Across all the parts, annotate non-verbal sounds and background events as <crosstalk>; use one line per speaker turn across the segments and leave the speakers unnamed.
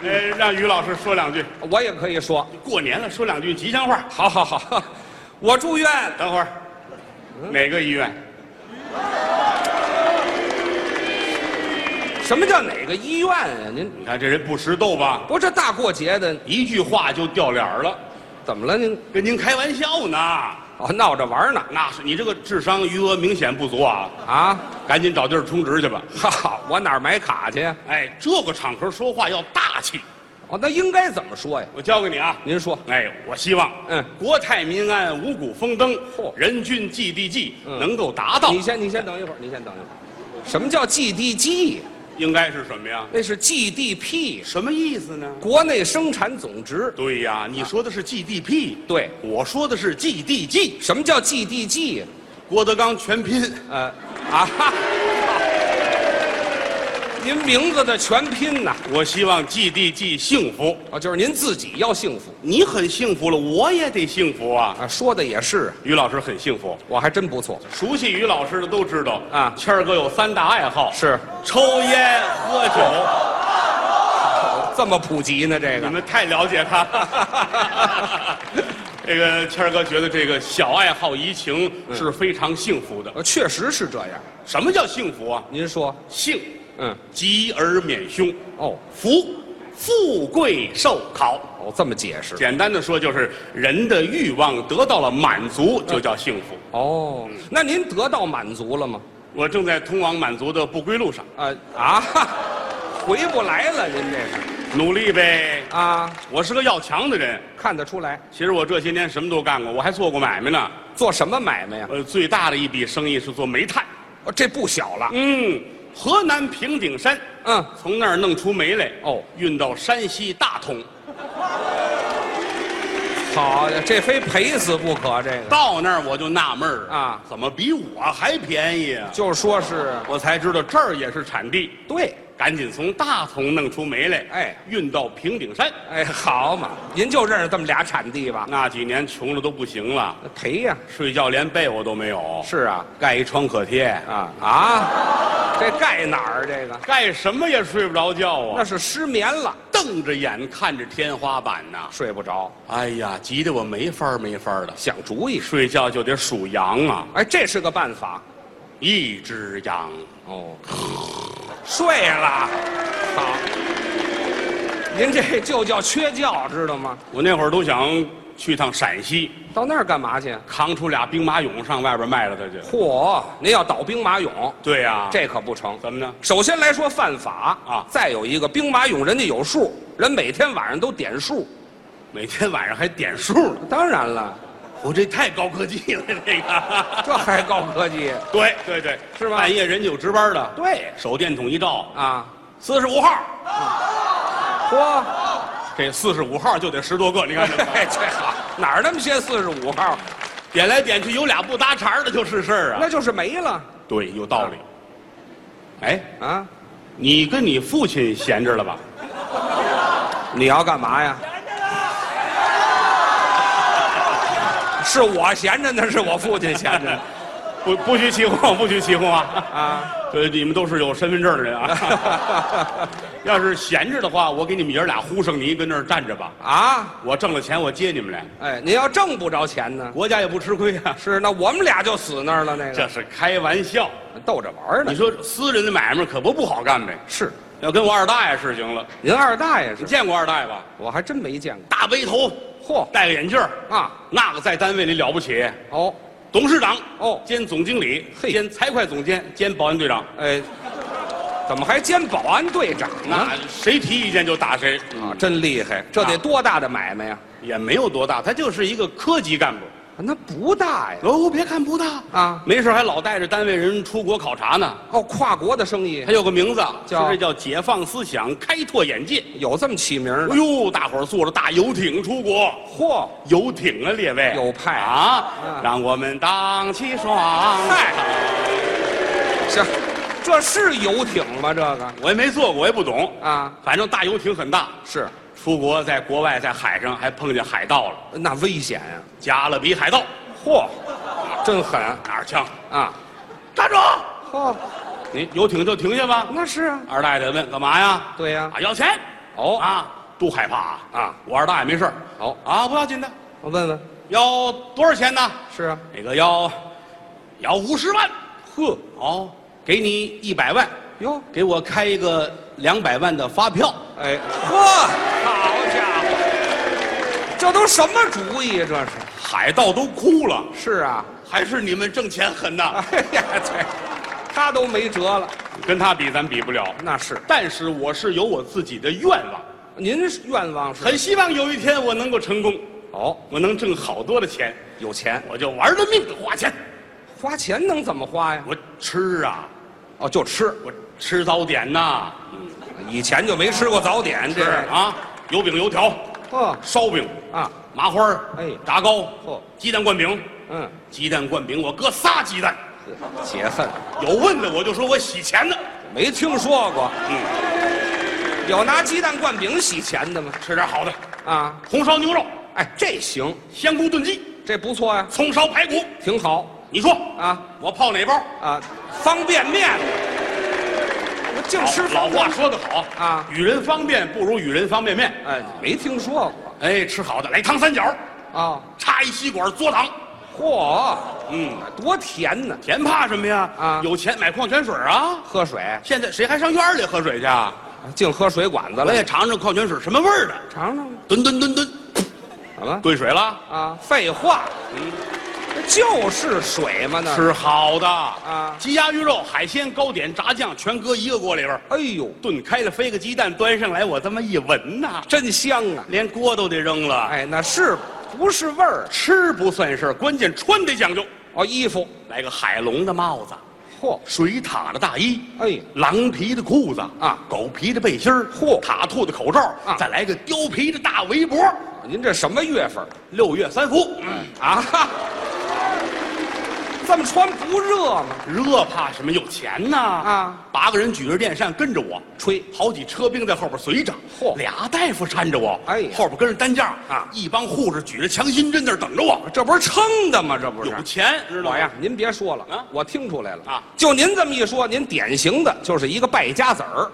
呃，让于老师说两句。
我也可以说，
过年了，说两句吉祥话。
好好好，我住院，
等会儿，
嗯
哪个医院？
什么叫哪个医院啊？您
你看这人不识逗吧？
不是这大过节的，
一句话就掉脸儿了，
怎么了您？
跟您开玩笑呢。
哦，闹着玩儿呢
那是你这个智商余额明显不足啊，
啊？ <laughs>
赶紧找地儿充值去吧。
哈哈，我哪儿买卡去呀？
哎，这个场合说话要大气。
哦，那应该怎么说呀？
我教给你啊，
您说，
哎，我希望，
嗯
国泰民安，五谷丰登，
嚯
人均 GDP
嗯
能够达到，
你先，你先等一会儿，你先等一会儿。什么叫 GDP？
应该是什么呀？
那是 GDP，
什么意思呢？
国内生产总值。
对呀，
啊
你说的是 GDP，
对，
我说的是 GDG，
什么叫 GDP？
郭德纲全拼。
呃，啊哈，您名字的全拼呐？
我希望 GDG 幸福，
哦，就是您自己要幸福
你很幸福了，我也得幸福啊。
啊。说的也是，
于老师很幸福，
我还真不错。
熟悉于老师的都知道
啊
谦儿哥有三大爱好：
是
抽烟、喝酒。
这么普及呢？这
你
个
们太了解他了。 <laughs> 这个谦儿哥觉得这个小爱好怡情是非常幸福的。
呃确实是这样。
什么叫幸福啊？
您说，
幸，
嗯，
吉而免凶；
哦
福，富贵寿考。
哦，这么解释。
简单的说，就是人的欲望得到了满足，就叫幸福。
哦，那您得到满足了吗？
我正在通往满足的不归路上，
啊啊，哈回不来了，您这是
努力呗。
啊，
我是个要强的人，
看得出来。
其实我这些年什么都干过，我还做过买卖呢。
做什么买卖呀、
呃，最大的一笔生意是做煤炭。
哦这不小了。
嗯，河南平顶山，
嗯，
从那儿弄出煤来，
哦，
运到山西大同，
好，这非赔死不可。这个
到那儿我就纳闷儿
啊
怎么比我还便宜啊？
就说是
我才知道这儿也是产地，
对。
赶紧从大同弄出煤来，
哎，
运到平顶山。
哎，好嘛，您就认识这么俩产地吧？
那几年穷的都不行了，
赔呀、
睡觉连被窝都没有，
是啊，
盖一创可贴，
啊啊，这盖哪儿？这个
盖什么也睡不着觉
那
啊，
是失眠了，
瞪着眼看着天花板呐。
睡不着，
哎呀，急得我没法儿没法儿的，
想主意。
睡觉就得数羊啊。
哎，这是个办法。
一只羊，
哦，睡了，好。您这就叫缺觉，知道吗？
我那会儿都想去趟陕西，
到那儿干嘛去？
扛出俩兵马俑上外边卖了它去。
嚯，您要倒兵马俑，
对呀、
这可不成。
怎么呢？
首先来说犯法
啊
再有一个兵马俑人家有数，人每天晚上都点数。
每天晚上还点数呢，
当然了，
我这太高科技了，这个。
这还高科技。
对对对，
是吧
半夜人家有值班的，
对
手电筒一照，
啊，
四十五号，
嚯， <laughs>
这四十五号就得十多个，你看这
哎，这好，哪儿那么些四十五号？
<laughs> 点来点去有俩不搭茬的就是事儿啊。
那就是没了
对，有道理。哎，
啊！
你跟你父亲闲着了吧？
你要干嘛呀？是我闲着呢，是我父亲闲着呢
不不许起哄，不许起哄啊！
啊！
呃，你们都是有身份证的人啊。 <laughs> 要是闲着的话，我给你们爷儿俩呼上泥，跟那儿站着吧。
啊！
我挣了钱，我接你们来，
哎，您要挣不着钱呢，
国家也不吃亏 <laughs> 啊。
是那我们俩就死那儿了，那
这
个
是开玩笑。
逗着玩儿呢
你。说私人的买卖可不不好干呗？
是，
要跟我二大爷是行了，
您二大爷
你
是，
见过二大爷吧？
我还真没见过。
大背头，
嚯
戴个眼镜儿
啊！
那个在单位里了不起，
哦，
董事长
哦
兼总经理，
嘿
兼财会总监，兼保安队长，
哎，怎么还兼保安队长呢？
那谁提意见就打谁，
啊，真厉害！这得多大的买卖呀？啊
也没有多大，他就是一个科级干部。
那不大呀。
哦，别看不大
啊
没事还老带着单位人出国考察呢。
哦，跨国的生意
他有个名字，
叫
就这叫解放思想，开拓眼界。
有这么起名儿
哎
的？
呦，大伙儿坐着大游艇出国，
嚯，
游艇啊，列位
有派
啊
啊！
让我们荡起双
嗨
嗨，
行，这是游艇吗？这个
我也没坐过，我也不懂
啊，
反正大游艇很大，
是，
出国在国外在海上还碰见海盗了，
那危险呀、
加勒比海盗，
嚯，真狠
拿着枪
啊！
站住！
嚯，
你游艇就停下吧。
那是啊，
二大爷得问干嘛呀？
对呀、
啊，要钱！
哦
啊，都害怕啊
啊！哦
我二大爷没事儿
好
啊，不要紧的，
我问问，
要多少钱呢？
是啊，
那个要要五十万，
呵，
好，给你一百万，
哟，
给我开一个两百万的发票。
哎，呵，好家伙，这都什么主意啊？这是
海盗都哭了，
是啊，
还是你们挣钱狠呐！
哎呀，对，他都没辙了，
跟他比，咱比不了。
那是。
但是我是有我自己的愿望，
您是愿望是
很希望有一天我能够成功，
哦，
我能挣好多的钱，
有钱
我就玩了命的花钱。
花钱能怎么花呀？
我吃啊，
哦，就吃，
我吃早点呐、
以前就没吃过早点，
是
这
啊，油饼、油条、
呵
烧饼、
啊，
麻花儿
哎
炸糕、
嚯
鸡蛋灌饼，
嗯，
鸡蛋灌饼我搁仨鸡蛋，
解恨，
有问的我就说我洗钱的，
没听说过
嗯，
有拿鸡蛋灌饼洗钱的吗？
吃点好的，
啊，
红烧牛肉、
哎，这行，
香菇炖鸡、
这不错呀，
葱烧排骨，
挺好
你说
啊
我泡哪包？
啊，方便面，我净吃
老
方便
话说得好
啊
与人方便不如与人方便面。
哎，没听说过
哎，吃好的，来糖三角，
啊，
插一吸管嘬糖，
嚯，
嗯，
多甜呢！
甜怕什么呀？
啊
有钱买矿泉水啊！
喝水，
现在谁还上院里喝水去啊？
净喝水管子
我
了，
也尝尝矿泉水什么味儿的，
尝尝吧
吨吨吨吨，
怎么？
兑水了，
啊，废话，嗯，就是水嘛那。
吃好的
啊
鸡鸭鱼肉、海鲜、糕点、炸酱，全搁一个锅里边儿，
哎呦，
炖开了，飞个鸡蛋端上来，我这么一闻呐、
真香啊！
连锅都得扔了。
哎，那是不是味儿？
吃不算事儿，关键穿得讲究，
哦，衣服，
来个海龙的帽子，
嚯，
水獭的大衣，
哎
狼皮的裤子
啊
狗皮的背心儿，
嚯
塔兔的口罩，
啊
再来个貂皮的大围脖，
您这什么月份儿
六月三伏，
啊？哈这么穿不热吗？
<laughs> 热怕什么？有钱呐！
啊，
八个人举着电扇跟着我，
吹
好几车兵在后边随着，
嚯
俩大夫搀着我，
哎呀
后边跟着担架
啊
一帮护士举着强心针在那儿等着我，
这不是撑的吗？这不是
有。钱知道
我呀
吗？，
您别说了
啊
我听出来了
啊
就您这么一说，您典型的就是一个败家子儿，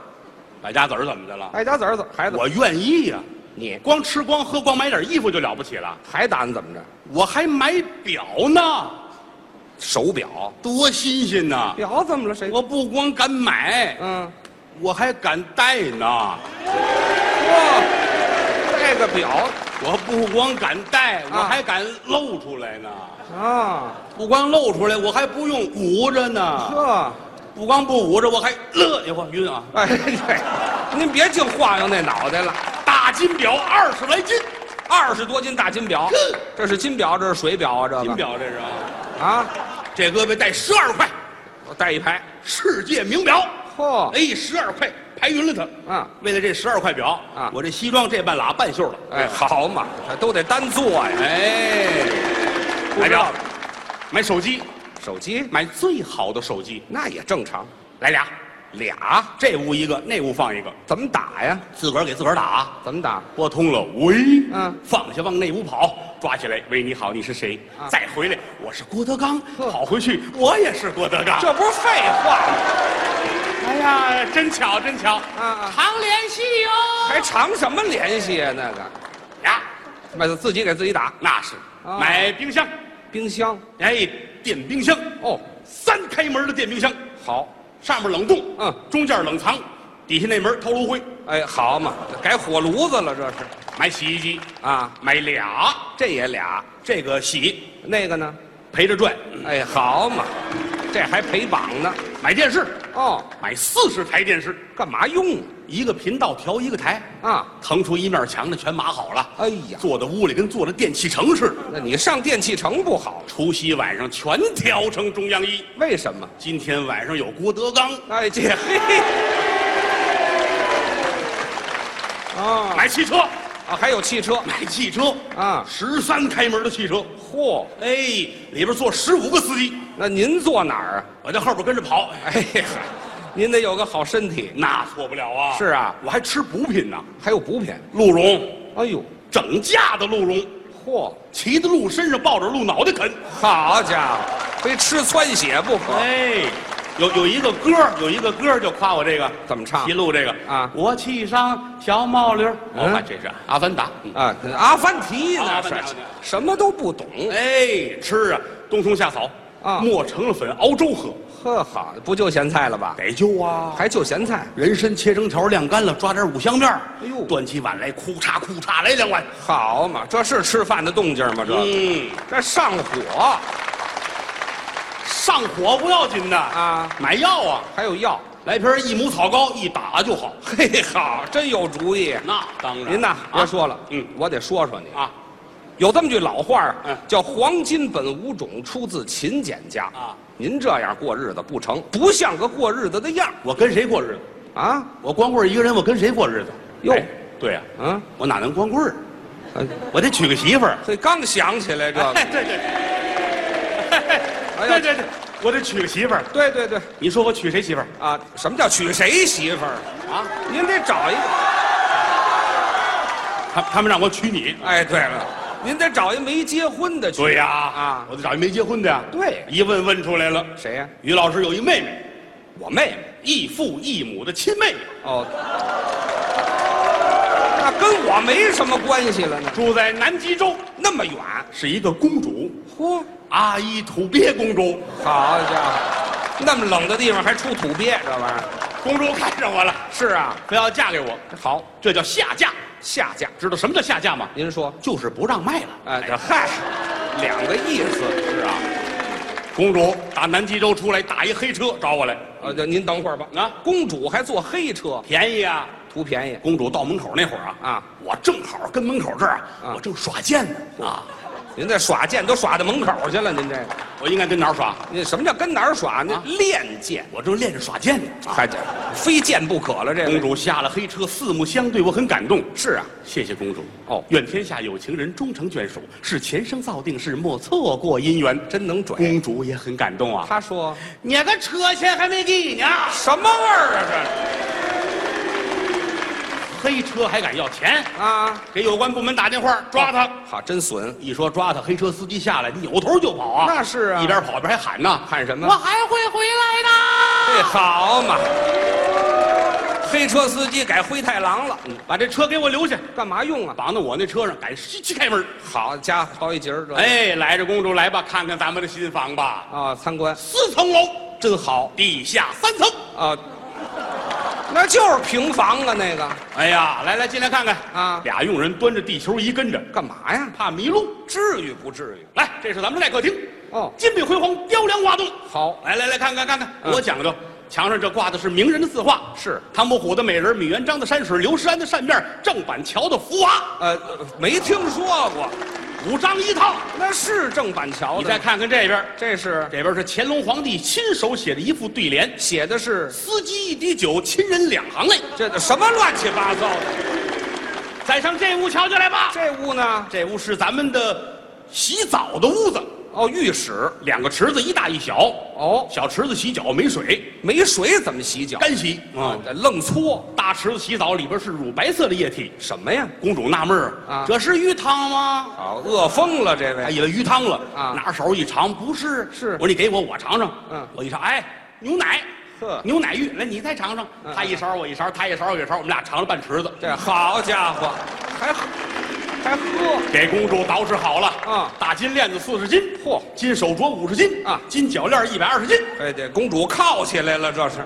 败家子儿怎么的了？
败家子儿怎孩子，
我愿意呀、
你
光吃光喝光买点衣服就了不起了，
还打算怎么着？
我还买表呢，
手表，
多新鲜呐！
表怎么了？谁？
我不光敢买，
嗯，
我还敢戴呢。
哇，戴个表
我不光敢戴，我
啊
还敢露出来呢。
啊，
不光露出来，我还不用捂着呢。
呵。
不光不捂着，我还乐一会儿晕啊！
哎，对，您别净晃悠那脑袋了，
大金表二十来斤，
二十多斤大金表，这是金表，这是水表啊，这个
金表这是啊，
啊，
这胳膊戴十二块，
我带一排，
世界名表。
嚯、
哎，十二块，排匀了它。
啊，
为了这十二块表
啊
我这西装这半拉半袖了。
哎，好嘛，这都得单做呀，
哎，
不
买
知
表
道，
买手机，
手机
买最好的手机，
那也正常，
来俩，
俩
这屋一个，那屋放一个，
怎么打呀？
自个儿给自个儿打。
怎么打？
拨通了，喂，
嗯
放下往那屋跑，抓起来，喂，你好，你是谁？
啊
再回来，我是郭德纲，
呵
跑回去，我也是郭德纲。
这不是废话吗？
哎呀，真巧，真巧，
啊
常联系
还
哦。
长什么联系呀、那个，
哎呀，
买自己给自己打，
那是
啊
买冰箱，
冰箱
哎，电冰箱，
哦，
三开门的电冰箱，
好，
上面冷冻，
嗯，
中间冷藏，底下那门掏炉灰。
哎，好嘛，改火炉子了这是
买洗衣机，
啊，
买俩，
这也俩，
这个洗
那个呢？
陪着转，
哎，好嘛，这还陪榜呢。
买电视，
哦，
买四十台电视，
干嘛用
一个频道调一个台。
啊？
腾出一面墙的全码好了，
哎呀，
坐在屋里跟坐在电器城似的。
那你上电器城不好，
除夕晚上全调成中央一，
为什么？
今天晚上有郭德纲，
哎，这嘿。啊
买汽车，
啊，还有汽车，
买汽车
啊
十三开门的汽车，
嚯！
哎，里边坐十五个司机，
那您坐哪儿啊？ <laughs>
我在后边跟着跑，
哎呀，您得有个好身体，
那错不了啊。
是啊
我还吃补品呢，
还有补品。
鹿茸，
哎呦，
整架的鹿茸，
嚯！
骑在鹿身上抱着鹿脑袋啃，
好家伙，非吃窜血不可。
哎，有有一个歌儿，有一个歌儿就夸我这个
怎么唱
齐路这个
啊
我沏上小帽铃儿，我
嗯
看这是《阿凡达》嗯。
啊，阿凡提
阿
呢
凡达
是什么都不懂，
哎，吃啊，冬虫夏草
嗯啊
磨成了粉熬粥喝，
呵好，不就咸菜了吧？
得救啊！
还就咸菜，
人参切成条晾干了，抓点五香面儿
哎呦
端起碗来，哭嚓哭嚓来两碗。
好嘛，这是吃饭的动静吗？这、
嗯，
这上火
上火不要紧的
啊，
买药啊，
还有药，
来瓶益母草膏，一打就好。
嘿好，真有主意。
那当然，
您呐，别
啊
说了，
嗯
我得说说你。
啊
有这么句老话儿
嗯
叫“黄金本无种，出自勤俭家”。
啊，
您这样过日子不成，不像个过日子的样
我跟谁过日子？
儿啊！
我光棍一个人，我跟谁过日子？
哟
哎对呀、
嗯，
我哪能光棍儿？
哎
我得娶个媳妇儿。
嘿，刚想起来这
哎
个，
对对
哎
对，对
呀
对对，我得娶个媳妇儿。
对对对
你说我娶谁媳妇儿
啊！什么叫娶谁媳妇儿？
啊？
您得找一个。
他他们让我娶你。
哎，对了，您得找一没结婚的
对
娶。
呀
啊
我得找一没结婚的呀。
对
一问问出来了，
谁呀？
于老师有一妹妹，
我妹妹。
异父异母的亲妹妹，
哦，那跟我没什么关系了呢。
住在南极洲，
那么远，
是一个公主，
嚯！
阿依土鳖公主。
好家伙，那么冷的地方还出土鳖，这玩意儿
公主看上我了，
是啊，
非要嫁给我，
好
这叫下嫁。
下嫁。
知道什么叫下嫁吗？
您说，
就是不让卖了。
哎，这嗨，两个意思。
是啊，公主打南极洲出来，打一黑车找我来，
呃，这您等会儿吧。
啊，
公主还坐黑车，
便宜啊！
图便宜。
公主到门口那会儿啊，
啊，
我正好跟门口这儿啊，
啊
我正耍剑呢啊，
您这耍剑都耍到门口去了，您这个，
我应该跟哪儿耍？
您什么叫跟哪儿耍？那
啊
练剑，
我正练着耍剑呢。啊
嗨，这非剑不可了。这
公
个
主下了黑车，四目相对，我很感动。
是啊，
谢谢公主
哦
愿天下有情人终成眷属，是前生造定事，莫错过姻缘。
真能拽。
公主也很感动啊，
他说
你个车钱还没给呢，
什么味儿啊？
黑车还敢要钱？
这啊，
给有关部门打电话抓他。
好，真损。
哦一说抓他，黑车司机下来，扭头就跑啊！
那是啊
一边跑一边还喊哎呢，
喊什么
我还会回来
这
的。
好嘛，黑车司机改灰太狼了，
把这车给我留下，
干嘛用啊？
绑到我那车上，赶西去开门。
好家伙，高一截儿这
哎，来着，公主来吧，看看咱们的新房吧，
啊，参观
四层楼，
真好
地下三层。
啊，那就是平房啊，那个
哎呀，来来，进来看看
啊
俩佣人端着地球仪跟着，
干嘛呀？
怕迷路。
至于不至于？
来，这是咱们的待客厅，
哦，
金碧辉煌，雕梁画栋。
好，
来来来，看看看看，
嗯
我讲究。墙上这挂的是名人的字画，
是
唐伯虎的美人，米元璋的山水，刘诗安的扇面，郑板桥的福娃，
呃，没听说过，
五张一套。
那是郑板桥
你再
的吗，
看看这边，
这是
这边是乾隆皇帝亲手写的一副对联：
写的是
司机一滴酒，亲人两行泪。
这什么乱七八糟的？
再上这屋瞧瞧来吧，
这屋呢？
这屋是咱们的洗澡的屋子，
哦，浴室
两个池子，一大一小。
哦，
小池子洗脚没水，
没水怎么洗脚？
干洗啊、
啊，愣搓
大池子洗澡里边是乳白色的液体。
什么呀？
公主纳闷儿
啊
这是鱼汤吗？
啊，饿疯了这
她
位。
以哎为鱼汤了
啊
拿手一尝，不是，
是
我说你给我，我尝尝。
嗯
我一尝，哎，牛奶，
呵
牛奶浴，来你再尝尝。
嗯
他一勺，我一勺，他一勺，我一勺，我们俩尝了半池子，
这好家伙，还喝还喝，
给公主捯饬好了。
嗯
大金链子四十斤，
嚯
金手镯五十斤
啊
金脚链一百二十斤，
哎，这公主铐起来了，这是，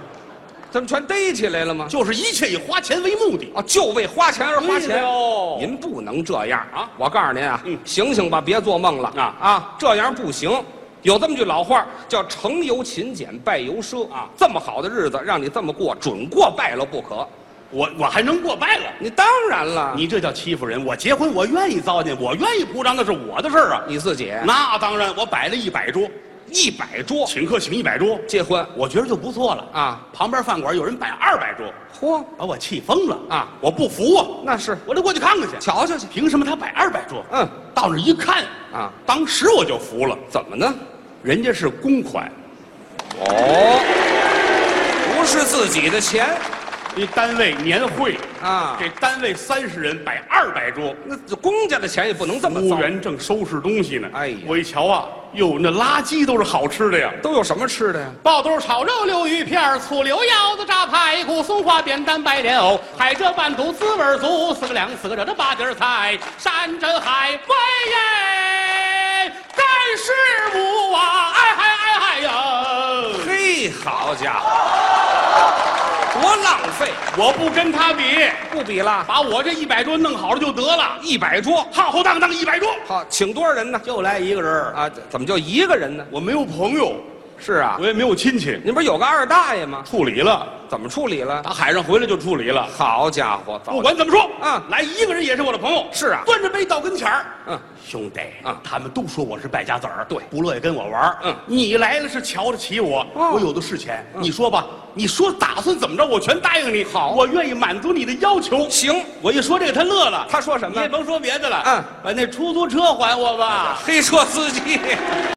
怎么全逮起来了吗？
就是一切以花钱为目的。
哦，就为花钱而花
对
钱
喽
您不能这样
啊
啊！我告诉您啊，
哎嗯
醒醒吧，别做梦了
啊
啊！这样不行。有这么句老话叫“成由勤俭，败由奢”
啊
这么好的日子让你这么过，准过败了不可。
我我还能过败了？
你当然了，
你这叫欺负人！我结婚，我愿意糟践，我愿意铺张，那是我的事儿啊。
你自己
那当然，我摆了一百桌，
哎一百桌
请客请一百桌，
结婚，
我觉得就不错了
啊。
旁边饭馆有人摆二百桌，
嚯，
把我气疯了
啊！
我不服啊，
那是
我得过去看看去。
瞧瞧去
凭什么他摆二百桌？
嗯，
到那儿一看
啊，
当时我就服了，
怎么呢？
人家是公款，
哦，不是自己的钱，
一单位年会
啊
给单位三十人摆二百桌，
那公家的钱也不能这么
服务
糟。
员正收拾东西呢。
哎呀
我一瞧啊，哟，那垃圾都是好吃的呀。
都有什么吃的呀？
爆肚、炒肉、溜鱼片儿、醋溜腰子、炸排骨、松花扁担、白莲藕、海蜇拌肚、滋味儿足，四个凉，四个热的八碟儿菜，山珍海哎味耶，干师傅啊，哎嗨哎嗨呀！
嘿，好家伙，多浪费！
我不跟他比，
不比了，
把我这一百桌弄好了就得了，
一百桌，
浩浩荡荡一百桌，
好，请多少人呢？
就来一个人儿。
啊，怎么就一个人呢？
我没有朋友，
是啊
我，也没有亲戚，
您不是有个二大爷吗？
处理了，
怎么处理了？
打海上回来就处理了。
好家伙，早
不管怎么说，
嗯
来一个人也是我的朋友。
是啊
端着杯到跟前儿，
嗯，
兄弟，
啊
他们都说我是败家子儿，
对
不乐意跟我玩儿
嗯
你来了是瞧得起我，
哦
我有的是钱，你说吧，你说打算怎么着，我全答应你。
好
我愿意满足你的要求。
行，
我一说这个，他乐了。
他说什么
你也甭说别的了，
嗯，
把那出租车还我吧。
黑车司机。